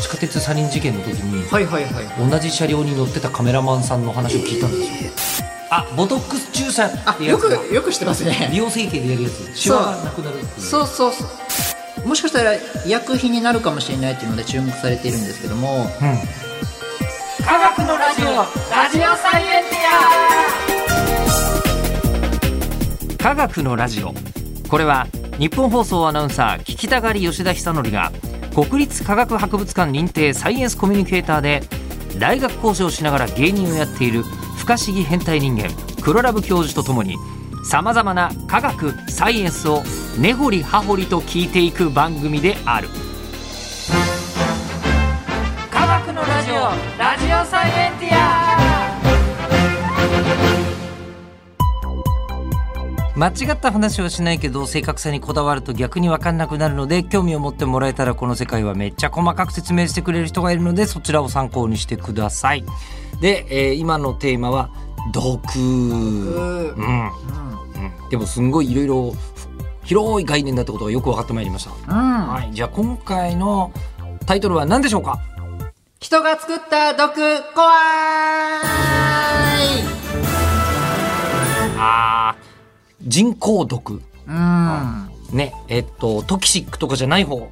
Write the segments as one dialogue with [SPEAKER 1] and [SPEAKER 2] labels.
[SPEAKER 1] 下鉄サリン事件の時に
[SPEAKER 2] はいはいはいはい
[SPEAKER 1] 同じ車両に乗ってたカメラマンさんの話を聞いたんですよ、あボトックス注射っ
[SPEAKER 2] あ
[SPEAKER 1] てや
[SPEAKER 2] よ
[SPEAKER 1] つだ
[SPEAKER 2] くよくしてますね
[SPEAKER 1] 美容整形でやるやつシワがなくなるっていう
[SPEAKER 2] そうそうそうもしかしたら医薬品になるかもしれないっていうので注目されているんですけども
[SPEAKER 1] うん科学のラジオ
[SPEAKER 2] ラジオサイエンテ
[SPEAKER 1] 科学のラジオこれは日本放送アナウンサー聞きたがり吉田久典が国立科学博物館認定サイエンスコミュニケーターで大学講師をしながら芸人をやっている不可思議変態人間黒ラブ教授とともにさまざまな科学サイエンスを根掘り葉掘りと聞いていく番組である科学のラジオラジオサイエンティア間違った話をしないけど正確さにこだわると逆に分かんなくなるので興味を持ってもらえたらこの世界はめっちゃ細かく説明してくれる人がいるのでそちらを参考にしてくださいで、えー今のテーマは毒
[SPEAKER 2] ー
[SPEAKER 1] う
[SPEAKER 2] マ
[SPEAKER 1] んでもすんごいいろいろ広い概念だってことがよく分かってまいりました、
[SPEAKER 2] うん、うん、
[SPEAKER 1] はい、じゃあ今回のタイトルは何でしょうか
[SPEAKER 2] 人が作った毒怖い
[SPEAKER 1] あー人工毒
[SPEAKER 2] うん
[SPEAKER 1] ねえっとトキシックとかじゃない方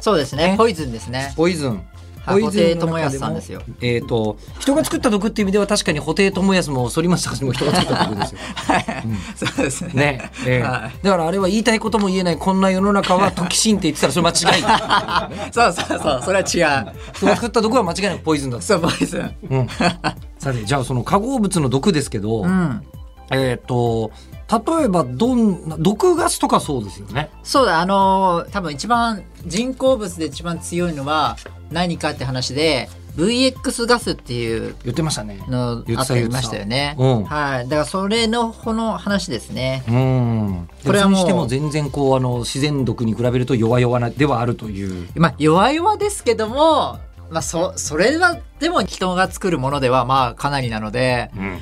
[SPEAKER 2] そうですねポイズンですね
[SPEAKER 1] ポイズン
[SPEAKER 2] はい
[SPEAKER 1] ポイズンの中でも
[SPEAKER 2] 布袋寅泰さんですよ
[SPEAKER 1] えっ、と人が作った毒っていう意味では確かに布袋寅泰も反町隆史も人が作った毒です よ
[SPEAKER 2] そうですね
[SPEAKER 1] ねえー
[SPEAKER 2] は
[SPEAKER 1] だからあれは言いたいことも言えないこんな世の中はトキシンって言ってたらそれ間違い
[SPEAKER 2] そうそうそうそれは違う
[SPEAKER 1] 人が作った毒は間違いなくポイズンだ
[SPEAKER 2] そうポイズン
[SPEAKER 1] うん、さてじゃあその化合物の毒ですけど、
[SPEAKER 2] うん
[SPEAKER 1] えっ、と例えばどんな毒ガスとかそうですよね。
[SPEAKER 2] そうだあのー多分一番人工物で一番強いのは何かって話で VX ガスっていう
[SPEAKER 1] 言ってましたね。
[SPEAKER 2] の
[SPEAKER 1] 言
[SPEAKER 2] あ
[SPEAKER 1] っ
[SPEAKER 2] っ
[SPEAKER 1] た
[SPEAKER 2] て
[SPEAKER 1] 言
[SPEAKER 2] て
[SPEAKER 1] ってた
[SPEAKER 2] ましたよね、
[SPEAKER 1] うん
[SPEAKER 2] はいだからそれのこの話ですね
[SPEAKER 1] うん。
[SPEAKER 2] これは
[SPEAKER 1] で
[SPEAKER 2] も
[SPEAKER 1] に
[SPEAKER 2] う
[SPEAKER 1] しても全然こうあの自然毒に比べると弱々なではあるという。
[SPEAKER 2] まあ弱々ですけどもまあそそれはでも人が作るものではまあかなりなので
[SPEAKER 1] うん。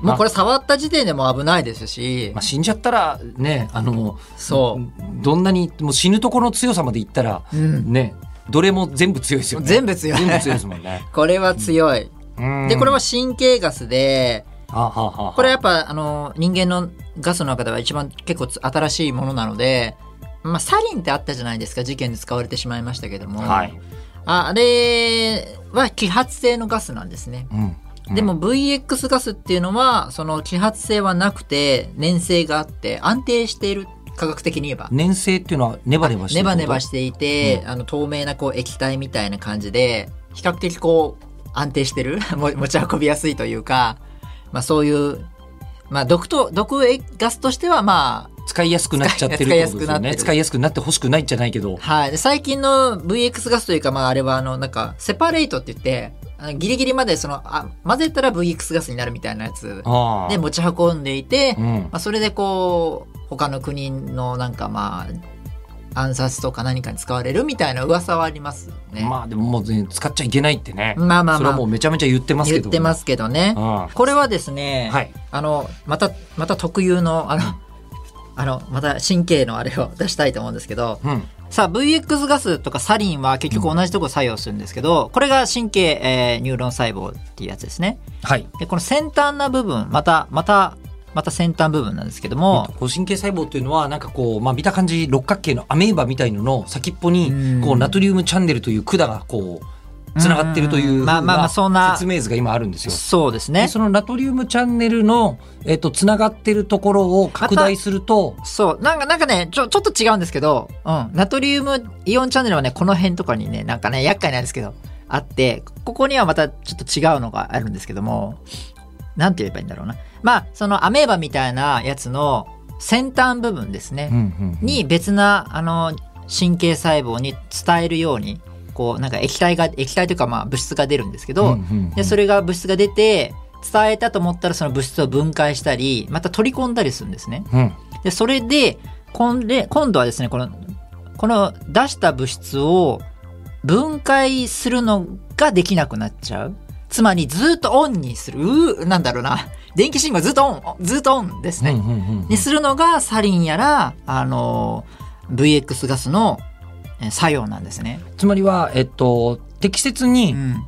[SPEAKER 2] もうこれ触った時点でもう危ないですし、
[SPEAKER 1] まあ死んじゃったらねあの
[SPEAKER 2] そ
[SPEAKER 1] どんなにもう死ぬところの強さまでいったら、
[SPEAKER 2] う、うん、
[SPEAKER 1] ねどれも全部強いですよね。
[SPEAKER 2] 全部強い
[SPEAKER 1] 全部強いですもんね。
[SPEAKER 2] これは強い、
[SPEAKER 1] うん
[SPEAKER 2] でこれも神経ガスで
[SPEAKER 1] あはあはあはあ
[SPEAKER 2] これやっぱあの人間のガスの中では一番結構つ新しいものなので、まあ、サリンってあったじゃないですか事件で使われてしまいましたけども、
[SPEAKER 1] はい。
[SPEAKER 2] ああれは揮発性のガスなんですね。
[SPEAKER 1] うん。うん
[SPEAKER 2] でも VX ガスっていうのはその揮発性はなくて粘性があって安定している科学的に言えば
[SPEAKER 1] 粘性っていうのはネバネバして
[SPEAKER 2] ネ
[SPEAKER 1] る
[SPEAKER 2] バネバ
[SPEAKER 1] て
[SPEAKER 2] していて、あの透明なこう液体みたいな感じで比較的こう安定してる も持ち運びやすいというか、まあ、そういう、まあ、毒と毒ガスとしてはまあ
[SPEAKER 1] 使いやすくなっちゃってるってことですよね。
[SPEAKER 2] 使
[SPEAKER 1] 使いやすくなってほしくないじゃないけど。
[SPEAKER 2] はい、で最近の VX ガスというか、まあ、あれはあのなんかセパレートって言ってあのギリギリまでそのあ混ぜたら VX ガスになるみたいなやつ
[SPEAKER 1] ああ。
[SPEAKER 2] で持ち運んでいて、
[SPEAKER 1] う
[SPEAKER 2] ま
[SPEAKER 1] ん。
[SPEAKER 2] あ、それでこう他の国のなんかまあ暗殺とか何かに使われるみたいな噂はありますね。
[SPEAKER 1] まあでももう全然使っちゃいけないってね。
[SPEAKER 2] まあまあ
[SPEAKER 1] それ
[SPEAKER 2] ま
[SPEAKER 1] はもう
[SPEAKER 2] あ
[SPEAKER 1] めちゃめちゃ言ってますけ
[SPEAKER 2] 言っ
[SPEAKER 1] ど。
[SPEAKER 2] てますけどね。
[SPEAKER 1] あ
[SPEAKER 2] これはですね、
[SPEAKER 1] あ。はい。
[SPEAKER 2] あのまたまた特有のあのあのまた神経のあれを出したいと思うんですけど、
[SPEAKER 1] うん。
[SPEAKER 2] さあ VX ガスとかサリンは結局同じとこ作用するんですけど、これが神経、えーニューロン細胞っていうやつですね
[SPEAKER 1] はい。
[SPEAKER 2] でこの先端な部分またまたまた先端部分なんですけども、
[SPEAKER 1] こう神経細胞っていうのはなんかこう、まあ、見た感じ六角形のアメーバみたいのの先っぽ
[SPEAKER 2] うん
[SPEAKER 1] にこうナトリウムチャンネルという管がこうつながってるという
[SPEAKER 2] うんまあまあまあそんな
[SPEAKER 1] 説明図が今あるんですよ。
[SPEAKER 2] そうです
[SPEAKER 1] で
[SPEAKER 2] ね
[SPEAKER 1] そのナトリウムチャンネルの、えっとつながってるところを拡大すると、
[SPEAKER 2] そうなんかなんかねちょちょっと違うんですけど、うん、ナトリウムイオンチャンネルはねこの辺とかにねなんかね厄介なんですけどあってここにはまたちょっと違うのがあるんですけどもなんて言えばいいんだろうなまあそのアメーバみたいなやつの先端部分ですね、に別なあの神経細胞に伝えるようにこうなんか液体が液体というかまあ物質が出るんですけど、でそ
[SPEAKER 1] れ
[SPEAKER 2] れが物質が出て伝えたと思ったらその物質を分解したりまた取り込んだりするんですね。でそれでこんで今度はですねこのこの出した物質を分解するのができなくなっちゃう。つまりずっとオンにするうーなんだろうな電気信号ずっとオンずっとオンですね。にするのがサリンやら、あの VX ガスのえー作用なんですね。
[SPEAKER 1] つまりは、えっと、適切に、
[SPEAKER 2] うん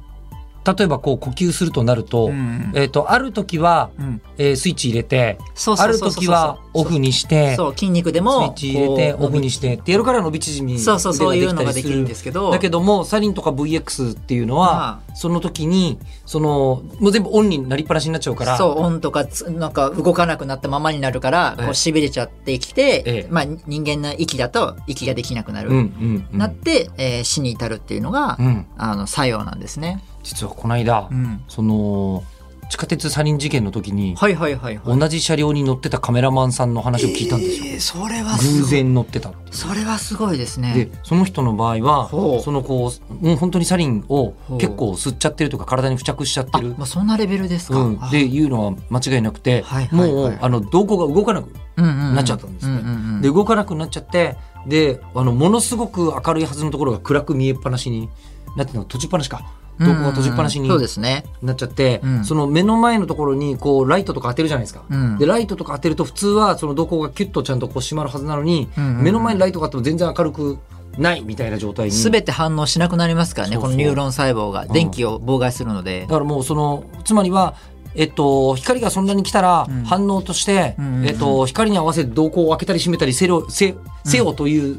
[SPEAKER 1] 例えばこう呼吸するとなると、
[SPEAKER 2] うん
[SPEAKER 1] えっ、と、ある時は、
[SPEAKER 2] うん
[SPEAKER 1] えースイッチ入れて、
[SPEAKER 2] そう
[SPEAKER 1] あ
[SPEAKER 2] そう
[SPEAKER 1] る
[SPEAKER 2] そうそう
[SPEAKER 1] 時はオフにして、スイ
[SPEAKER 2] そう筋肉で
[SPEAKER 1] ッ
[SPEAKER 2] も
[SPEAKER 1] チ入れて、
[SPEAKER 2] こう
[SPEAKER 1] オフにしてってやるから伸び縮み
[SPEAKER 2] そうそうそういうのがで
[SPEAKER 1] き
[SPEAKER 2] きるんですけど
[SPEAKER 1] だけども、サリンとか VX っていうのは
[SPEAKER 2] ま、
[SPEAKER 1] その時に、その、もう全部オンになりっぱなしになっちゃうから、
[SPEAKER 2] そう音とかつなんか動かなくなったままになるからこ
[SPEAKER 1] え
[SPEAKER 2] う
[SPEAKER 1] え
[SPEAKER 2] しびれちゃってき
[SPEAKER 1] え
[SPEAKER 2] て
[SPEAKER 1] え
[SPEAKER 2] まあ人間の息だと息ができなくな
[SPEAKER 1] うんう
[SPEAKER 2] る
[SPEAKER 1] んうん。
[SPEAKER 2] なってえー死に至るっていうのが
[SPEAKER 1] うん。
[SPEAKER 2] あの作用なんですね。
[SPEAKER 1] 実はこの間、
[SPEAKER 2] うん
[SPEAKER 1] その、地下鉄サリン事件の時に、
[SPEAKER 2] はいはいはいはい。
[SPEAKER 1] 同じ車両に乗ってたカメラマンさんの話を聞いたんですよ。
[SPEAKER 2] えーそれはすごい
[SPEAKER 1] 偶然乗ってたって
[SPEAKER 2] それはすごいで
[SPEAKER 1] で
[SPEAKER 2] すね。
[SPEAKER 1] その人の場合は
[SPEAKER 2] ほう
[SPEAKER 1] そのこうもう本当にサリンを
[SPEAKER 2] ほう
[SPEAKER 1] 結構吸っちゃってるとか体に付着しちゃって
[SPEAKER 2] あ
[SPEAKER 1] る
[SPEAKER 2] もうそんなレベルですか。
[SPEAKER 1] うん
[SPEAKER 2] あ
[SPEAKER 1] でいうのは間違いなくて
[SPEAKER 2] はいはいはい
[SPEAKER 1] もうあの瞳孔が動かなく
[SPEAKER 2] うんうんうん
[SPEAKER 1] なっちゃったんですね
[SPEAKER 2] うううん
[SPEAKER 1] で動かなくなっちゃってであのものすごく明るいはずのところが暗く見えっぱなしになってるの閉じっぱなしか瞳孔が閉じっぱなしに
[SPEAKER 2] うんうんうんそうですね。
[SPEAKER 1] なっちゃって、
[SPEAKER 2] うん
[SPEAKER 1] その目の前のところにこうライトとか当てるじゃないですか。
[SPEAKER 2] うん
[SPEAKER 1] でライトとか当てると普通はその瞳孔がキュッとちゃんとこう締まるはずなのに、
[SPEAKER 2] うんうんうん
[SPEAKER 1] 目の前にライトがあっても全然明るくないみたいな状態に
[SPEAKER 2] すべて反応しなくなりますからね
[SPEAKER 1] そうそう
[SPEAKER 2] このニューロン細胞が
[SPEAKER 1] ん
[SPEAKER 2] 電気を妨害するので
[SPEAKER 1] だ、からもうそのつまりは、えっと、光がそんなに来たら
[SPEAKER 2] うん
[SPEAKER 1] 反応として、
[SPEAKER 2] うんうんうん
[SPEAKER 1] えっと、光に合わせて瞳孔を開けたり閉めたりせよせせよという、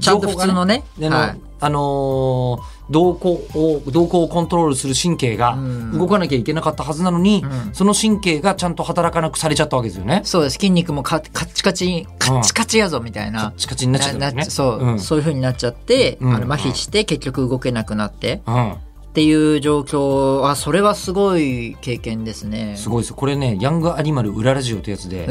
[SPEAKER 2] ちゃんと普通のね
[SPEAKER 1] であの、
[SPEAKER 2] はい
[SPEAKER 1] あのー瞳孔を瞳孔をコントロールする神経が
[SPEAKER 2] うん
[SPEAKER 1] 動かなきゃいけなかったはずなのに、
[SPEAKER 2] うん
[SPEAKER 1] その神経がちゃんと働かなくされちゃったわけですよね。
[SPEAKER 2] そうです筋肉もカカッチカチカッチカチやぞみたい
[SPEAKER 1] カッ。
[SPEAKER 2] な
[SPEAKER 1] チカチになっちゃったん
[SPEAKER 2] な
[SPEAKER 1] です
[SPEAKER 2] な
[SPEAKER 1] ね。
[SPEAKER 2] そう、
[SPEAKER 1] うん
[SPEAKER 2] そういう風になっちゃって、
[SPEAKER 1] うん
[SPEAKER 2] あの麻痺して結局動けなくなって
[SPEAKER 1] うん、
[SPEAKER 2] っていう状況はそれはすごい経験ですね。
[SPEAKER 1] すごいですよこれねヤングアニマル裏ラジオってやつ で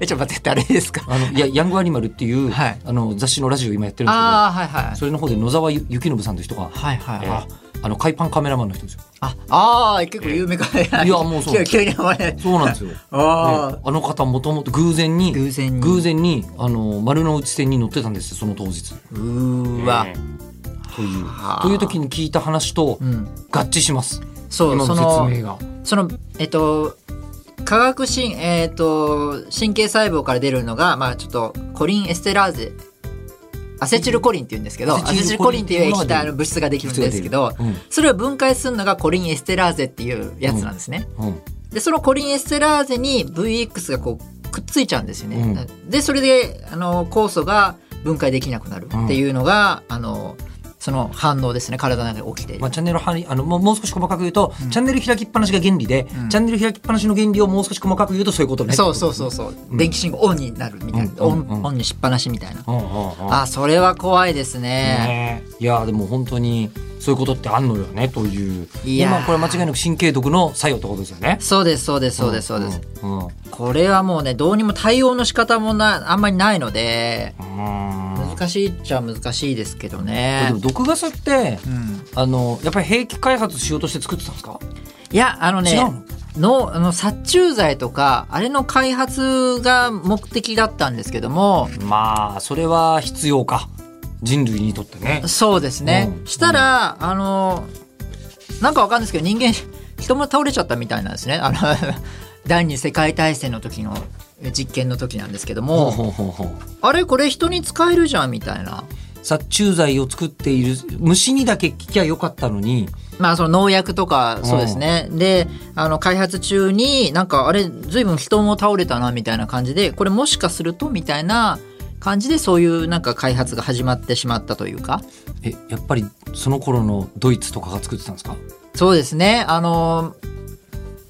[SPEAKER 2] え ちょっと待ってあれですか。
[SPEAKER 1] あのいやヤングアニマルっていう、
[SPEAKER 2] はい
[SPEAKER 1] あの雑誌のラジオ今やってるんですけど
[SPEAKER 2] ああはいはい
[SPEAKER 1] それの方で野沢ゆ幸信さんという人が、
[SPEAKER 2] はいはいはい。
[SPEAKER 1] えーあの海パンカメラマンの人ですよ。
[SPEAKER 2] ああー結構有名かね。
[SPEAKER 1] いやもうそう
[SPEAKER 2] 急急に名前。
[SPEAKER 1] そうなんですよ。ね
[SPEAKER 2] ああ
[SPEAKER 1] あの方もともと偶然に
[SPEAKER 2] 偶然に
[SPEAKER 1] 偶然にあの丸の内線に乗ってたんですよその当日。
[SPEAKER 2] うーわ。
[SPEAKER 1] えーという
[SPEAKER 2] はあ
[SPEAKER 1] という時に聞いた話と
[SPEAKER 2] うん。
[SPEAKER 1] 合致します。
[SPEAKER 2] そ
[SPEAKER 1] 今
[SPEAKER 2] う
[SPEAKER 1] の
[SPEAKER 2] その
[SPEAKER 1] 説明が。
[SPEAKER 2] そのえっと化学神えっと神経細胞から出るのがまあちょっとコリンエステラーゼアセチルコリンって言うんですけどア
[SPEAKER 1] アセ
[SPEAKER 2] セチ
[SPEAKER 1] チ
[SPEAKER 2] ル
[SPEAKER 1] ル
[SPEAKER 2] コ
[SPEAKER 1] コ
[SPEAKER 2] リ
[SPEAKER 1] リ
[SPEAKER 2] ン
[SPEAKER 1] ン
[SPEAKER 2] っていう液
[SPEAKER 1] っていうのが
[SPEAKER 2] 体
[SPEAKER 1] 出る
[SPEAKER 2] の物質ができるんですけど
[SPEAKER 1] 普通に出る
[SPEAKER 2] それを分解するのがコリンエステラーゼっていうやつなんですね。
[SPEAKER 1] うんうん
[SPEAKER 2] でそのコリンエステラーゼに VX がこうくっついちゃうんですよね。でそれであの酵素が分解できなくなるっていうのが、あのその反応ですね体の中で起きている。
[SPEAKER 1] まあ、チャンネルはりあのもうもう少し細かく言うと、チャンネル開きっぱなしが原理で、
[SPEAKER 2] うん
[SPEAKER 1] チャンネル開きっぱなしの原理をもう少し細かく言うとそういうことね。
[SPEAKER 2] そうそうそうそう、
[SPEAKER 1] うん
[SPEAKER 2] 電気信号オンになるみたいな、
[SPEAKER 1] うんうん
[SPEAKER 2] オン
[SPEAKER 1] うん
[SPEAKER 2] オンにしっぱなしみたいな、
[SPEAKER 1] うんうんうん
[SPEAKER 2] あそれは怖いですね
[SPEAKER 1] ねえいやでも本当にそういうことってあんのよねという
[SPEAKER 2] いやー
[SPEAKER 1] 今これ間違いなく神経毒の作用ってことですよね。
[SPEAKER 2] そうですそうですそうですそうです、
[SPEAKER 1] うん。うん
[SPEAKER 2] これはもうねどうにも対応の仕方もなあんまりないので
[SPEAKER 1] うん
[SPEAKER 2] 難しいっちゃ難しいですけど
[SPEAKER 1] で
[SPEAKER 2] ね
[SPEAKER 1] も、毒ガスって
[SPEAKER 2] うん、
[SPEAKER 1] あのやっぱり兵器開発しようとして作ってたんですか、
[SPEAKER 2] いやあのね
[SPEAKER 1] 違うの
[SPEAKER 2] のあの殺虫剤とかあれの開発が目的だったんですけども
[SPEAKER 1] まあそれは必要か人類にとってね。
[SPEAKER 2] そうですね、
[SPEAKER 1] うん
[SPEAKER 2] したら、あのなんかわかんないですけど人間人も倒れちゃったみたいなんですねあの 第二次世界大戦の時のえ実験の時なんですけど
[SPEAKER 1] ほう
[SPEAKER 2] も、
[SPEAKER 1] ほうほうほう
[SPEAKER 2] あれこれ人に使えるじゃんみたいな
[SPEAKER 1] 殺虫剤を作っている虫にだけ効きゃよかったのに
[SPEAKER 2] まあその農薬とかそうですね、であの開発中になんかあれ随分人も倒れたなみたいな感じでこれもしかするとみたいな感じでそういうなんか開発が始まってしまったというか。
[SPEAKER 1] えやっぱりその頃のドイツとかが作ってたんですか
[SPEAKER 2] そうですね。あの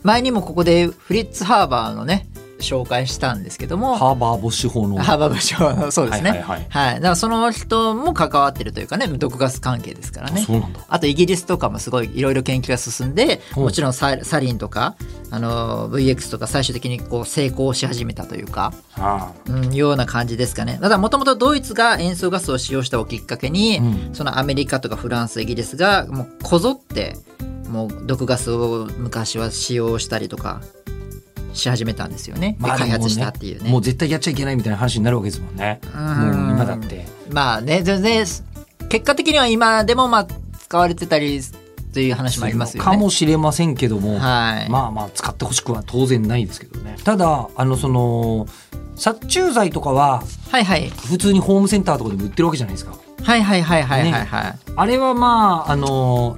[SPEAKER 2] 前にもここでフリッツ・ハーバーのね紹介したんですけども、ハ
[SPEAKER 1] ハーバーシュ法の。
[SPEAKER 2] ーバー部長のそうですね。は
[SPEAKER 1] はいいはいはい
[SPEAKER 2] だからその人も関わってるというかね、毒ガス関係ですからね。
[SPEAKER 1] そうなんだ
[SPEAKER 2] あとイギリスとかもすごいいろいろ研究が進んで、
[SPEAKER 1] うん
[SPEAKER 2] もちろんササリンとかあの VX とか最終的にこう成功し始めたというか。
[SPEAKER 1] あ
[SPEAKER 2] うん、ような感じですかね。ただもともとドイツが塩素ガスを使用したをきっかけに、
[SPEAKER 1] うん
[SPEAKER 2] そのアメリカとかフランスイギリスがもうこぞってもう毒ガスを昔は使用したりとかし始めたんですよね。で
[SPEAKER 1] まあ
[SPEAKER 2] 開発したっていう
[SPEAKER 1] でも
[SPEAKER 2] ね。
[SPEAKER 1] もう絶対やっちゃいけないみたいな話になるわけですもんね。
[SPEAKER 2] う
[SPEAKER 1] も
[SPEAKER 2] ん
[SPEAKER 1] う今だって。
[SPEAKER 2] まあね全然結果的には今でもまあ使われてたりという話もありますよね。
[SPEAKER 1] かもしれませんけども、
[SPEAKER 2] はい
[SPEAKER 1] まあまあ使ってほしくは当然ないですけどね。ただあのその殺虫剤とかは
[SPEAKER 2] はいはい
[SPEAKER 1] 普通にホームセンターとかでも売ってるわけじゃないですか
[SPEAKER 2] はいはいはいはいはいはい、
[SPEAKER 1] あれはまああの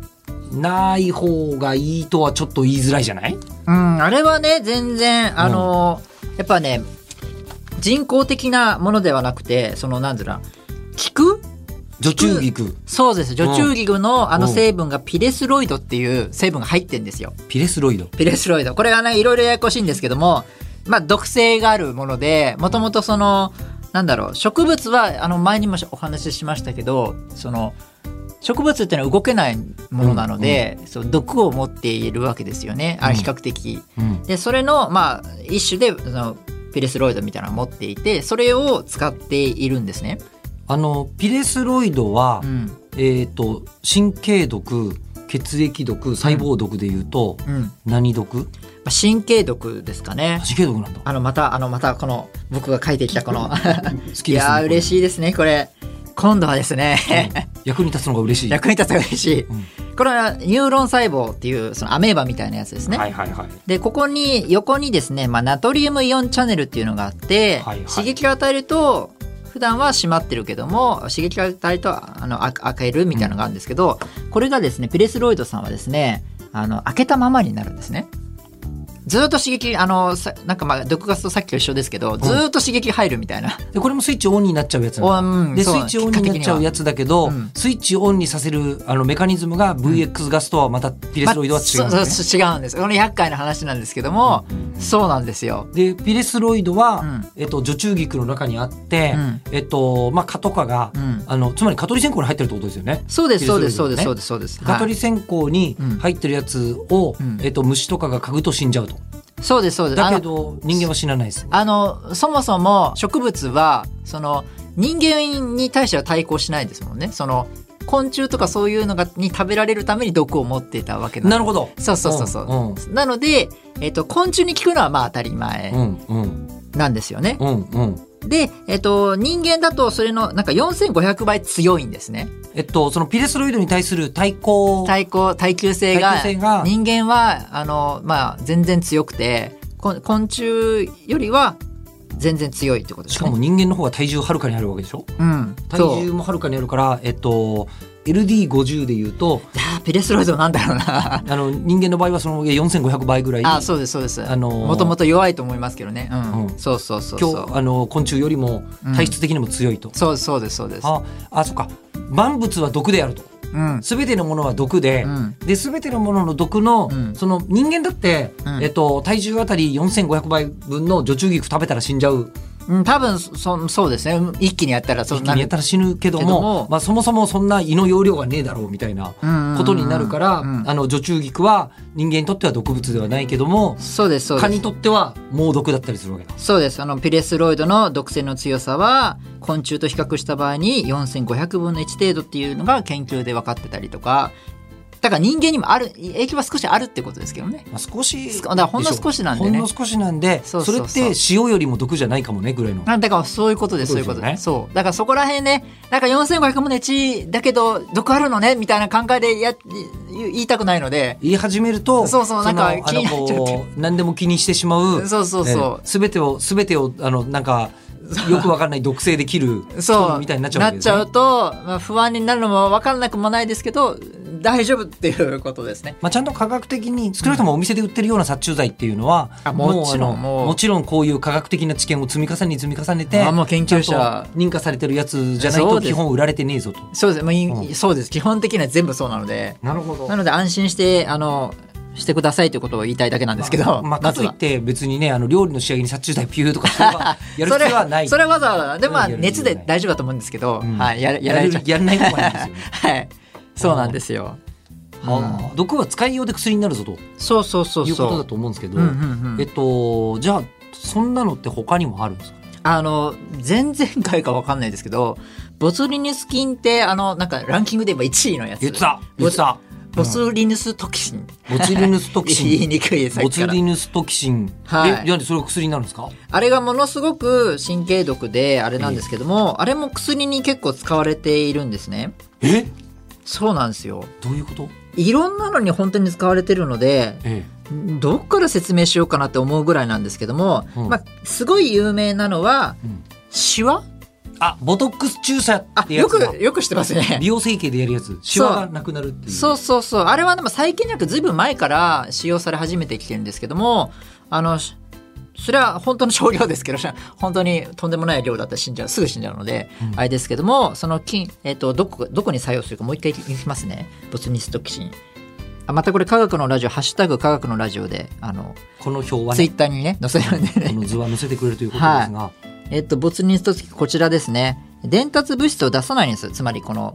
[SPEAKER 1] ない方がいいとはちょっと言いづらいじゃない
[SPEAKER 2] うん、あれはね、全然、あのーやっぱね、人工的なものではなくて、その、なんつうの、菊
[SPEAKER 1] 除虫菊
[SPEAKER 2] そうです。除虫菊のあの
[SPEAKER 1] うん
[SPEAKER 2] 成分がピレスロイドっていう成分が入ってんですよ。
[SPEAKER 1] ピレスロイド
[SPEAKER 2] ピレスロイド。これがね、いろいろややこしいんですけども、まあ、毒性があるもので、もともとその、なんだろう、植物は、あの、前にもお話ししましたけど、その、植物っていうのは動けないものなので、そう毒を持っているわけですよね。あ
[SPEAKER 1] うん
[SPEAKER 2] 比較的。
[SPEAKER 1] うん
[SPEAKER 2] でそれのまあ一種でそのピレスロイドみたいなのを持っていてそれを使っているんですね。
[SPEAKER 1] あのピレスロイドは、
[SPEAKER 2] うん
[SPEAKER 1] えっ、と神経毒血液毒細胞毒でいうと、
[SPEAKER 2] うんま
[SPEAKER 1] 何毒
[SPEAKER 2] あ、神経毒ですかね。
[SPEAKER 1] 神経毒なんだ
[SPEAKER 2] あのまたあのまたこの僕が書いてきたこの
[SPEAKER 1] 好
[SPEAKER 2] い
[SPEAKER 1] きです
[SPEAKER 2] やー嬉
[SPEAKER 1] しい
[SPEAKER 2] しいですねこれ今度はですね
[SPEAKER 1] 役に立つのが嬉しい
[SPEAKER 2] 役に立つと嬉しい、
[SPEAKER 1] うん
[SPEAKER 2] これはニューロン細胞っていうそのアメーバみたいなやつですね。
[SPEAKER 1] はいはいはい
[SPEAKER 2] でここに横にですね、まあ、ナトリウムイオンチャネルっていうのがあって、
[SPEAKER 1] はいはい
[SPEAKER 2] 刺激を与えると普段は閉まってるけども刺激を与えるとあのあ開けるみたいなのがあるんですけど、これがですねピレスロイドさんはですねあの開けたままになるんですね。ずっと刺激あのさなんかまあ毒ガスとさっきと一緒ですけど、ずっと刺激入るみたいな。
[SPEAKER 1] でこれもスイッチオンになっちゃうやつなんだ
[SPEAKER 2] うん
[SPEAKER 1] でスイ
[SPEAKER 2] そう
[SPEAKER 1] ッチオンになっちゃうやつだけど、
[SPEAKER 2] 結果的にはうん
[SPEAKER 1] スイッチオンにさせるあのメカニズムが VX ガスとはまたピレスロイドは違うん
[SPEAKER 2] まあ
[SPEAKER 1] で
[SPEAKER 2] そ
[SPEAKER 1] すね。
[SPEAKER 2] うそう違うんですこの厄介な話なんですけども、そうなんですよ。
[SPEAKER 1] でピレスロイドは、
[SPEAKER 2] うん
[SPEAKER 1] えっと、除虫菊の中にあって、
[SPEAKER 2] うん
[SPEAKER 1] えっとまあ、蚊とかが、
[SPEAKER 2] うん
[SPEAKER 1] あのつまり蚊取り線香に入ってるってことですよね。
[SPEAKER 2] そうですそうです
[SPEAKER 1] ピ
[SPEAKER 2] そ
[SPEAKER 1] レスロ
[SPEAKER 2] う
[SPEAKER 1] イドね
[SPEAKER 2] ですそうですそうです。
[SPEAKER 1] 蚊取
[SPEAKER 2] は
[SPEAKER 1] り線香に
[SPEAKER 2] うん
[SPEAKER 1] 入ってるやつを、
[SPEAKER 2] うん
[SPEAKER 1] えっと、虫とかが嗅ぐと死んじゃうと。
[SPEAKER 2] いそうですそうです。
[SPEAKER 1] だ
[SPEAKER 2] あの
[SPEAKER 1] けど人間は死なないです。
[SPEAKER 2] あのそもそも植物はその人間に対しては対抗しないですもんねその昆虫とかそういうのがに食べられるために毒を持っていたわけなんで
[SPEAKER 1] なるほど。
[SPEAKER 2] そうそうそうそう、
[SPEAKER 1] うん
[SPEAKER 2] なので、えっと昆虫に効くのはまあ当たり前
[SPEAKER 1] うんうん
[SPEAKER 2] なんですよね、
[SPEAKER 1] うんうん。
[SPEAKER 2] で、えっと人間だとそれのなんか4500倍強いんですね
[SPEAKER 1] えっとそのピレスロイドに対する対抗
[SPEAKER 2] 対抗耐久性が
[SPEAKER 1] 耐久性が
[SPEAKER 2] 人間はあの、まあ、全然強くてこん昆虫よりは全然強いってこと
[SPEAKER 1] し
[SPEAKER 2] です
[SPEAKER 1] か
[SPEAKER 2] ね
[SPEAKER 1] も人間の方が体重はるかにあるわけでしょ
[SPEAKER 2] うん、
[SPEAKER 1] 体
[SPEAKER 2] そう
[SPEAKER 1] 重もはるかにあるから、えっと、LD50 でいうと
[SPEAKER 2] いやーピレスロイドなん だろうな
[SPEAKER 1] あの人間の場合はその上4500倍ぐらい
[SPEAKER 2] あそうですそうです
[SPEAKER 1] あのー
[SPEAKER 2] もともと弱いと思いますけどねうん、
[SPEAKER 1] うん
[SPEAKER 2] そうそうそうそ
[SPEAKER 1] 今日
[SPEAKER 2] う
[SPEAKER 1] あの昆虫よりも
[SPEAKER 2] うん
[SPEAKER 1] 体質的にも強いと、
[SPEAKER 2] そうですそうですそうです
[SPEAKER 1] ああそっか万物は毒であると
[SPEAKER 2] うん
[SPEAKER 1] 全てのものは毒で、
[SPEAKER 2] うん
[SPEAKER 1] で全てのものの毒の、
[SPEAKER 2] うん
[SPEAKER 1] その人間だって、
[SPEAKER 2] うん
[SPEAKER 1] えっと、体重あたり4500倍分の除虫菊食べたら死んじゃう
[SPEAKER 2] うん多分そそそうですねうん一気にやったらそ
[SPEAKER 1] 一
[SPEAKER 2] う
[SPEAKER 1] 気にやったら死ぬけども
[SPEAKER 2] けども
[SPEAKER 1] まあ、そもそもそんな胃の容量がねえだろうみたいな。こ
[SPEAKER 2] こと
[SPEAKER 1] になるから、あの除虫菊は人間にとっては毒物ではないけども
[SPEAKER 2] そうですそう
[SPEAKER 1] 蚊
[SPEAKER 2] で
[SPEAKER 1] に
[SPEAKER 2] す
[SPEAKER 1] とっては猛毒だったりするわけだ。
[SPEAKER 2] そうですあのピレスロイドの毒性の強さは昆虫と比較した場合に4500分の1程度っていうのが研究で分かってたりとかだから人間にもある影響は少しあるってことですけどね
[SPEAKER 1] まあ、少し
[SPEAKER 2] だからほんの少しなんでね
[SPEAKER 1] ほんの少しなんでそ
[SPEAKER 2] そ
[SPEAKER 1] う
[SPEAKER 2] そうそう
[SPEAKER 1] れって塩よりも毒じゃないかもねぐらいの。
[SPEAKER 2] あだからそういうことです、そういうことです。そう。だからそこら辺ね、なんか4500分の1だけど、毒あるのねみたいな考えでや、言言いたくないので、
[SPEAKER 1] 言い始めると
[SPEAKER 2] そうそうなんか気になっちゃって
[SPEAKER 1] う何でも気にしてしまう
[SPEAKER 2] そうそうそう
[SPEAKER 1] すべ、全てをすべてをあのなんかよくわかんない毒性で切る
[SPEAKER 2] そう。
[SPEAKER 1] 人みたいになっちゃうわけです、ね、
[SPEAKER 2] なっちゃうと、まあ、不安になるのも分かんなくもないですけど、大丈夫っていうことですね。
[SPEAKER 1] まあ、ちゃんと科学的に少なくともお店で売ってるような殺虫剤っていうのは、
[SPEAKER 2] あもちろん
[SPEAKER 1] うあの
[SPEAKER 2] もう
[SPEAKER 1] もちろんこういう科学的な知見を積み重ねに積み重ねて
[SPEAKER 2] あもう研究者
[SPEAKER 1] ちゃんと認可されてるやつじゃない
[SPEAKER 2] そ
[SPEAKER 1] と
[SPEAKER 2] うです
[SPEAKER 1] 基本売られてねえぞと。
[SPEAKER 2] そうです。まあい
[SPEAKER 1] うん
[SPEAKER 2] そうです。基本的には全部そうなので、
[SPEAKER 1] なるほど
[SPEAKER 2] なので安心して、あの、してくださいということを言いたいだけなんですけど、
[SPEAKER 1] まあ、かとい
[SPEAKER 2] は
[SPEAKER 1] って別にねあの料理の仕上げに殺虫剤ピューとかそれはやる
[SPEAKER 2] そ
[SPEAKER 1] 必
[SPEAKER 2] れ
[SPEAKER 1] 要はない
[SPEAKER 2] それはわざわざでまあ
[SPEAKER 1] やる必要はない
[SPEAKER 2] 熱で大丈夫だと思うんですけど、
[SPEAKER 1] うん
[SPEAKER 2] はいやや
[SPEAKER 1] や
[SPEAKER 2] ら
[SPEAKER 1] ら
[SPEAKER 2] れ
[SPEAKER 1] れ
[SPEAKER 2] ち
[SPEAKER 1] ち
[SPEAKER 2] ゃ
[SPEAKER 1] ゃや
[SPEAKER 2] う
[SPEAKER 1] らない方がいいんです よね
[SPEAKER 2] はいそうなんですよ
[SPEAKER 1] あー毒は使いようで薬になるぞと
[SPEAKER 2] そうそうそう
[SPEAKER 1] いうこ
[SPEAKER 2] そ
[SPEAKER 1] とだ
[SPEAKER 2] う
[SPEAKER 1] と思うんですけど
[SPEAKER 2] うんうんう
[SPEAKER 1] え
[SPEAKER 2] ん
[SPEAKER 1] っとじゃあそんなのって他にもあるんですか
[SPEAKER 2] あの前々回かわかんないですけどボツリヌス菌ってあのなんかランキングで言えば1位のやつ
[SPEAKER 1] 言ってた言って た
[SPEAKER 2] ボツリヌストキシン
[SPEAKER 1] ボツリヌストキシン
[SPEAKER 2] 言いにくいですさっ
[SPEAKER 1] ボ
[SPEAKER 2] き
[SPEAKER 1] ツ
[SPEAKER 2] から
[SPEAKER 1] リヌストキシン。
[SPEAKER 2] はい
[SPEAKER 1] え、なんでそれが薬になるんですか。
[SPEAKER 2] あれがものすごく神経毒であれなんですけども、あれも薬に結構使われているんですね
[SPEAKER 1] え、
[SPEAKER 2] そうなんですよ
[SPEAKER 1] どういうこと。
[SPEAKER 2] いろんなのに本当に使われてるので
[SPEAKER 1] え
[SPEAKER 2] どっから説明しようかなって思うぐらいなんですけども、
[SPEAKER 1] うん
[SPEAKER 2] まあ、すごい有名なのは、
[SPEAKER 1] うん
[SPEAKER 2] シワ
[SPEAKER 1] あボトックス注射っ
[SPEAKER 2] あ
[SPEAKER 1] てや
[SPEAKER 2] よ
[SPEAKER 1] つだ
[SPEAKER 2] くよく知ってますね
[SPEAKER 1] 美容整形でやるやつシワがなくなるっていう
[SPEAKER 2] そうそうそうあれはでも最近じゃなくずいぶん前から使用され始めてきてるんですけどもあのしそれは本当の少量ですけど し本当にとんでもない量だったら死んじゃうすぐ死んじゃうので、
[SPEAKER 1] うん
[SPEAKER 2] あれですけどもその菌、えっとどこどこに作用するかもう一回言きますねボツニストキシンあまたこれ科学のラジオ「ハッシュタグ科学のラジオで」あの
[SPEAKER 1] この表は
[SPEAKER 2] ツイ
[SPEAKER 1] ね
[SPEAKER 2] ッターにね載せるんでね
[SPEAKER 1] この図は載せてくれるということですが、
[SPEAKER 2] えっと、ボツニストこちらですね。伝達物質を出さないんですよ。つまり、この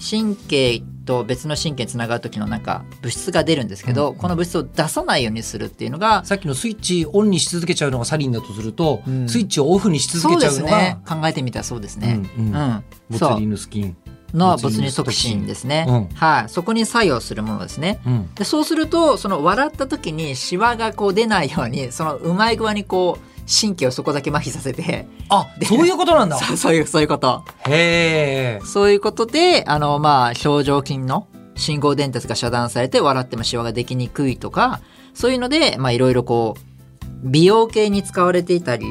[SPEAKER 2] 神経と別の神経につながる時のなんか物質が出るんですけど、この物質を出さないようにするっていうのが、
[SPEAKER 1] さっきのスイッチオンにし続けちゃうのがサリンだとすると、
[SPEAKER 2] うん
[SPEAKER 1] スイッチをオフにし続
[SPEAKER 2] そ
[SPEAKER 1] け
[SPEAKER 2] う
[SPEAKER 1] ち
[SPEAKER 2] で
[SPEAKER 1] ゃう
[SPEAKER 2] す
[SPEAKER 1] のが
[SPEAKER 2] ね。考えてみたらそうですね。
[SPEAKER 1] うんうん
[SPEAKER 2] うん。
[SPEAKER 1] ボツ
[SPEAKER 2] そ
[SPEAKER 1] リ
[SPEAKER 2] う。
[SPEAKER 1] ヌス菌
[SPEAKER 2] のボツニストキシンですね。
[SPEAKER 1] うん
[SPEAKER 2] はい。そこに作用するものですね。
[SPEAKER 1] うん
[SPEAKER 2] でそうするとその笑った時にシワがこう出ないようにそのうまい具合にこう神経をそこだけ麻痺させて
[SPEAKER 1] あ
[SPEAKER 2] で
[SPEAKER 1] そういうことなんだ
[SPEAKER 2] そうそういうそういうこと
[SPEAKER 1] へえ
[SPEAKER 2] そういうことで、あの、まあ、表情筋の信号伝達が遮断されて、笑ってもシワができにくいとか、そういうので、まあ、いろいろこう、美容系に使われていたり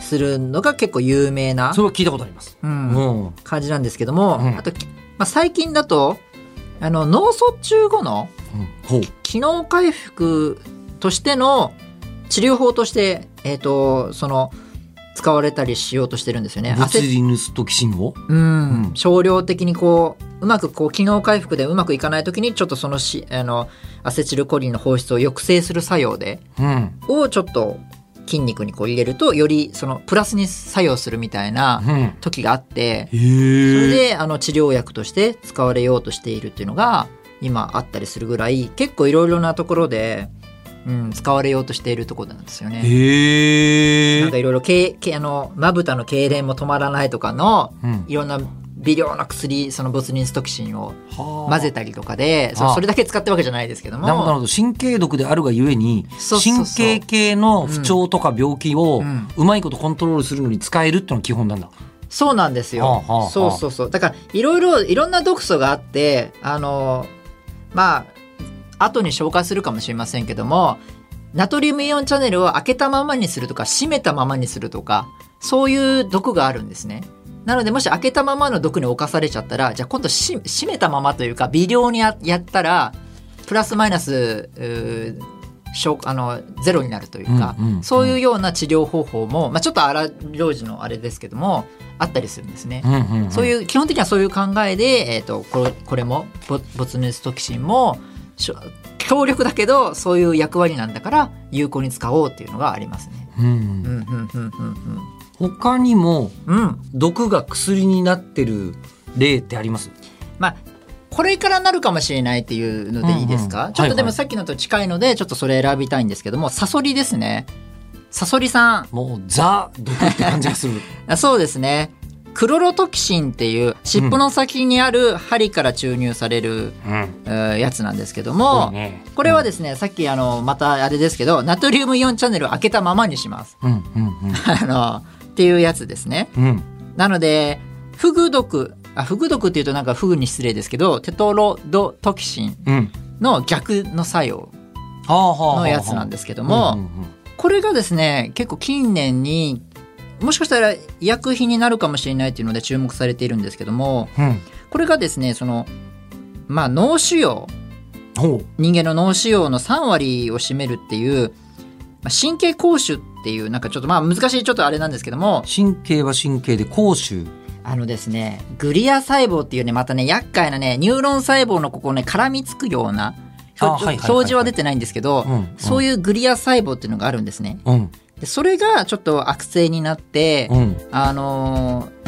[SPEAKER 2] するのが結構有名な、
[SPEAKER 1] それは聞いたことあります
[SPEAKER 2] う
[SPEAKER 1] うんん、
[SPEAKER 2] 感じなんですけども、
[SPEAKER 1] うん
[SPEAKER 2] あと、まあ、最近だと、あの、脳卒中後の
[SPEAKER 1] ほう
[SPEAKER 2] 機能回復としての治療法として、えっ、と、その、使われたりしようとしてるんですよね。
[SPEAKER 1] ボツリヌストキシンを
[SPEAKER 2] うん
[SPEAKER 1] うん
[SPEAKER 2] 少量的にこううまくこう機能回復でうまくいかない時にちょっとそのしあのアセチルコリンの放出を抑制する作用で
[SPEAKER 1] うん
[SPEAKER 2] をちょっと筋肉にこう入れるとよりそのプラスに作用するみたいな
[SPEAKER 1] うん
[SPEAKER 2] 時があって
[SPEAKER 1] へ
[SPEAKER 2] それ
[SPEAKER 1] え
[SPEAKER 2] であの治療薬として使われようとしているっていうのが今あったりするぐらい結構いろいろなところで、うん、使われようとしているところなんですよね。
[SPEAKER 1] へ
[SPEAKER 2] なんかいろいろけいけあのまぶたの痙攣も止まらないとかの
[SPEAKER 1] うん
[SPEAKER 2] いろんな微量な薬そのボツリンストキシンを
[SPEAKER 1] 混
[SPEAKER 2] 混ぜたりとかでそ
[SPEAKER 1] あー
[SPEAKER 2] それだけ使ってるわけじゃないですけども
[SPEAKER 1] なるほどなるほど神経毒であるがゆえに
[SPEAKER 2] そうそうそう
[SPEAKER 1] 神経系の不調とか病気を、う
[SPEAKER 2] うん
[SPEAKER 1] まいことコントロールするのに使えるってのが基本なんだ。
[SPEAKER 2] そうなんですよ、
[SPEAKER 1] はあはあはあ
[SPEAKER 2] そうそうそうだからいろいろいろんな毒素があってあのまあ後に紹介するかもしれませんけどもナトリウムイオンチャンネルを開けたままにするとか閉めたままにするとかそういう毒があるんですねなのでもし開けたままの毒に侵されちゃったらじゃあ今度し閉めたままというか微量にややったらプラスマイナスうーしょあのゼロになるというか、
[SPEAKER 1] うんうんうん
[SPEAKER 2] そういうような治療方法も、まあ、ちょっと荒療治のあれですけどもあったりするんですね。そう
[SPEAKER 1] う
[SPEAKER 2] いう基本的にはそういう考えで、えー、とこれこれもボボツヌストキシンもしょ強力だけどそういう役割なんだから有効に使おうっていうのがありますね。
[SPEAKER 1] んうんう
[SPEAKER 2] うんんうんうんうん
[SPEAKER 1] 他にも
[SPEAKER 2] うんうん
[SPEAKER 1] 毒が薬になってる例ってあります。
[SPEAKER 2] まあこれからなるかもしれないっていうのでいいですか、
[SPEAKER 1] うんうん
[SPEAKER 2] ちょっとで
[SPEAKER 1] はいは
[SPEAKER 2] も
[SPEAKER 1] い
[SPEAKER 2] さっきのと近いのでちょっとそれ選びたいんですけどもサソリですねサソリさん
[SPEAKER 1] もうザ毒って感じがする。
[SPEAKER 2] あそうですねクロロトキシンっていう尻尾の先にある針から注入される、
[SPEAKER 1] うん。
[SPEAKER 2] えーやつなんですけど
[SPEAKER 1] そ
[SPEAKER 2] も、
[SPEAKER 1] うね。
[SPEAKER 2] これはですね、さっきあのまたあれですけどナトリウムイオンチャンネルを開けたままにします。
[SPEAKER 1] うんうん
[SPEAKER 2] あのっていうやつですね。
[SPEAKER 1] うんうん。
[SPEAKER 2] なのでフグ毒あフグ毒っていうとなんかフグに失礼ですけどテトロドトキシン
[SPEAKER 1] うん。
[SPEAKER 2] の逆の作用
[SPEAKER 1] はあはあはあはあ
[SPEAKER 2] のやつなんですけども、
[SPEAKER 1] うんうんうん
[SPEAKER 2] これがですね結構近年にもしかしたら医薬品になるかもしれないっていうので注目されているんですけども
[SPEAKER 1] うん。
[SPEAKER 2] これがですねそのまあ脳腫瘍
[SPEAKER 1] ほう。
[SPEAKER 2] 人間の脳腫瘍の3割を占めるっていう、まあ、神経膠腫っていうなんかちょっとまあ難しいちょっとあれなんですけども
[SPEAKER 1] 神経は神経で口臭。
[SPEAKER 2] あのですねグリア細胞っていうねまたね厄介なねニューロン細胞のここね絡みつくような
[SPEAKER 1] あ
[SPEAKER 2] 表
[SPEAKER 1] はいはいはいはい
[SPEAKER 2] 表示は出てないんですけど、
[SPEAKER 1] うん
[SPEAKER 2] そういうグリア細胞っていうのがあるんですね。
[SPEAKER 1] うん
[SPEAKER 2] でそれがちょっと悪性になって、
[SPEAKER 1] うん。
[SPEAKER 2] あのー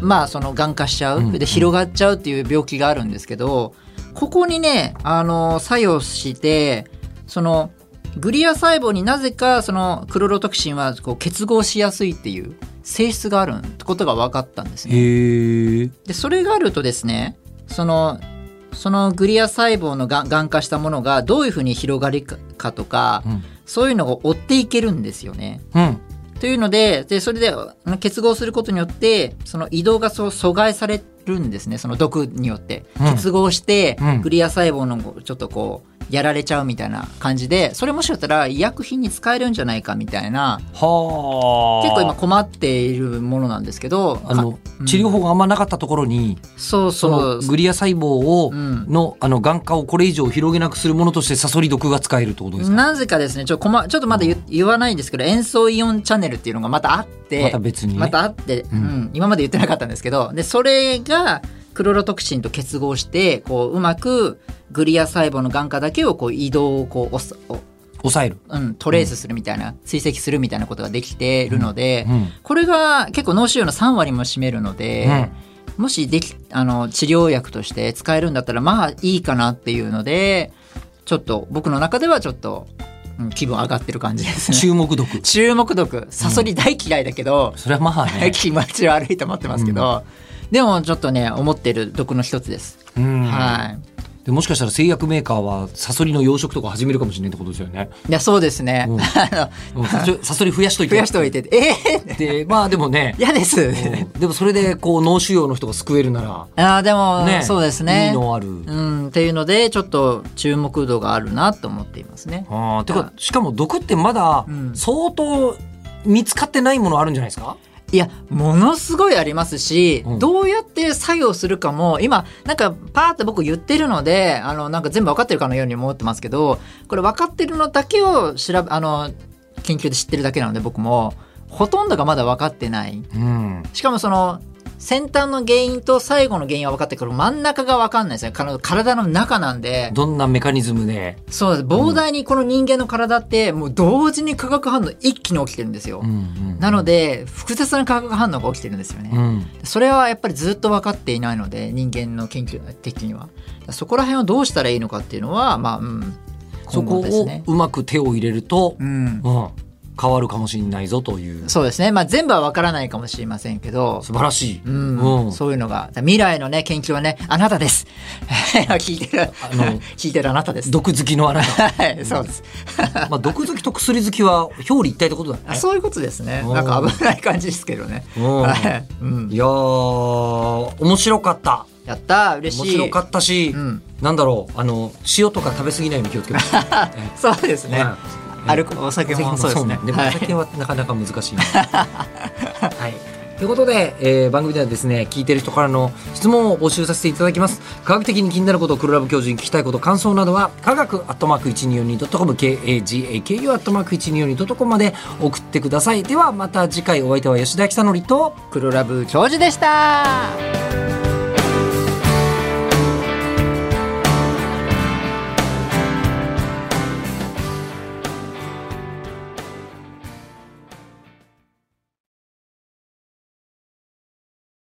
[SPEAKER 2] まあそのがん化しちゃう、
[SPEAKER 1] うんうん
[SPEAKER 2] で広がっちゃうっていう病気があるんですけどここにね、あのー作用してそのグリア細胞になぜかそのクロロトキシンはこう結合しやすいっていう性質があることが分かったんですね。
[SPEAKER 1] へえ。
[SPEAKER 2] でそれがあるとですねそのそのグリア細胞のがんがん化したものがどういうふうに広がりかかとか、
[SPEAKER 1] うん
[SPEAKER 2] そういうのを追っていけるんですよね。
[SPEAKER 1] うん。
[SPEAKER 2] というのででそれであの結合することによってその移動がそう阻害されるんですねその毒によって
[SPEAKER 1] うん
[SPEAKER 2] 結合して、
[SPEAKER 1] うん
[SPEAKER 2] グリア細胞のこうちょっとこうやられちゃうみたいな感じでそれもしかしたら医薬品に使えるんじゃないかみたいな
[SPEAKER 1] はあ
[SPEAKER 2] 結構今困っているものなんですけど
[SPEAKER 1] あの
[SPEAKER 2] かうん
[SPEAKER 1] 治療法があんまなかったところに、
[SPEAKER 2] そう
[SPEAKER 1] そ
[SPEAKER 2] そ
[SPEAKER 1] の
[SPEAKER 2] う
[SPEAKER 1] グリア細胞を
[SPEAKER 2] うん
[SPEAKER 1] のあの眼科をこれ以上広げなくするものとしてサソリ毒が使えるってことですか、
[SPEAKER 2] なぜかですねちょこ、ま、ちょっとまだ言,、言わないんですけど塩素イオンチャンネルっていうのがまたあって
[SPEAKER 1] また別にね、
[SPEAKER 2] またあって、うん
[SPEAKER 1] ん
[SPEAKER 2] 今まで言ってなかったんですけどでそれがクロロトキシンと結合してこううまくグリア細胞の眼科だけをこう移動をこうおすお
[SPEAKER 1] 抑え る、
[SPEAKER 2] うん、トレースするみたいな、追跡するみたいなことができてるので、
[SPEAKER 1] うん
[SPEAKER 2] これが結構脳腫瘍の3割も占めるので、もしできあの治療薬として使えるんだったらまあいいかなっていうのでちょっと僕の中ではちょっと、うん気分上がってる感じですね。
[SPEAKER 1] 注目毒
[SPEAKER 2] 注目毒サソリ大嫌いだけど、
[SPEAKER 1] それはまあね
[SPEAKER 2] 気持ち悪いと思ってますけど、でもちょっとね思ってる毒の一つです、
[SPEAKER 1] うん
[SPEAKER 2] はい
[SPEAKER 1] でもしかしたら製薬メーカーはサソリの養殖とか始めるかもしれないってことですよ ね。
[SPEAKER 2] いやそうですね、
[SPEAKER 1] うん
[SPEAKER 2] あ
[SPEAKER 1] うんサソリサソリ増やしとい
[SPEAKER 2] の
[SPEAKER 1] て。
[SPEAKER 2] 増やしてお いてえー、、
[SPEAKER 1] でまあでもね
[SPEAKER 2] 嫌です
[SPEAKER 1] うんでもそれでこう脳腫瘍の人が救えるな
[SPEAKER 2] あーでも、
[SPEAKER 1] ら、ね、
[SPEAKER 2] そうですね
[SPEAKER 1] いいのある。
[SPEAKER 2] うん、っていうのでちょっと注目度があるなと思っていますね
[SPEAKER 1] ああてかしかも毒ってまだ
[SPEAKER 2] うん
[SPEAKER 1] 相当見つかってないものあるんじゃないですか、
[SPEAKER 2] いやものすごいありますし、
[SPEAKER 1] うん
[SPEAKER 2] どうやって作用するかも今なんかパーって僕言ってるのであのなんか全部分かってるかのように思ってますけどこれ分かってるのだけを調べあの研究で知ってるだけなので僕もほとんどがまだ分かってない
[SPEAKER 1] うん、
[SPEAKER 2] しかもその先端の原因と最後の原因は分かってくる真ん中が分かんないですねから体の中なんで
[SPEAKER 1] どんなメカニズムで、
[SPEAKER 2] そうです膨大にこの人間の体ってもう同時に化学反応一気に起きてるんですよ、
[SPEAKER 1] うんうん
[SPEAKER 2] なので複雑な化学反応が起きてるんですよね、
[SPEAKER 1] うん、
[SPEAKER 2] それはやっぱりずっと分かっていないので人間の研究的にはそこら辺をどうしたらいいのかっていうのはまあうん
[SPEAKER 1] そ
[SPEAKER 2] 今
[SPEAKER 1] こ
[SPEAKER 2] 後です
[SPEAKER 1] を
[SPEAKER 2] ね
[SPEAKER 1] うまく手を入れると、
[SPEAKER 2] うん
[SPEAKER 1] うん、変わるかもしれないぞという素
[SPEAKER 2] そうですねまあ全部は分からないかもしれませんけど
[SPEAKER 1] 晴らしい、
[SPEAKER 2] うん
[SPEAKER 1] うん
[SPEAKER 2] そういうのが未来のね研究はねあなたです 聞いてる
[SPEAKER 1] あの
[SPEAKER 2] 聞いてるあなたです
[SPEAKER 1] 毒好きのあなた、
[SPEAKER 2] はいそうです
[SPEAKER 1] まあ、毒好きと薬好きは表裏一体ってことだね
[SPEAKER 2] あそういうことですね
[SPEAKER 1] うん
[SPEAKER 2] なんか危ない感じですけどね
[SPEAKER 1] うん
[SPEAKER 2] はい、うん
[SPEAKER 1] いやー面白かった
[SPEAKER 2] やったー嬉しい
[SPEAKER 1] 面白かったし、
[SPEAKER 2] うん
[SPEAKER 1] なんだろうあの塩とか食べ過ぎないように気をつけましょう
[SPEAKER 2] そうですね、
[SPEAKER 1] うん
[SPEAKER 2] アルコお酒もそうですね
[SPEAKER 1] でもお酒はなかなか難しいな。 はい。ということで、えー番組ではですね聞いてる人からの質問を募集させていただきます科学的に気になること黒ラブ教授に聞きたいこと感想などは科学アットマーク 1242.com KAGAKU アットマーク 1242.com まで送ってくださいではまた次回お相手は吉田久典と
[SPEAKER 2] 黒ラブ教授でした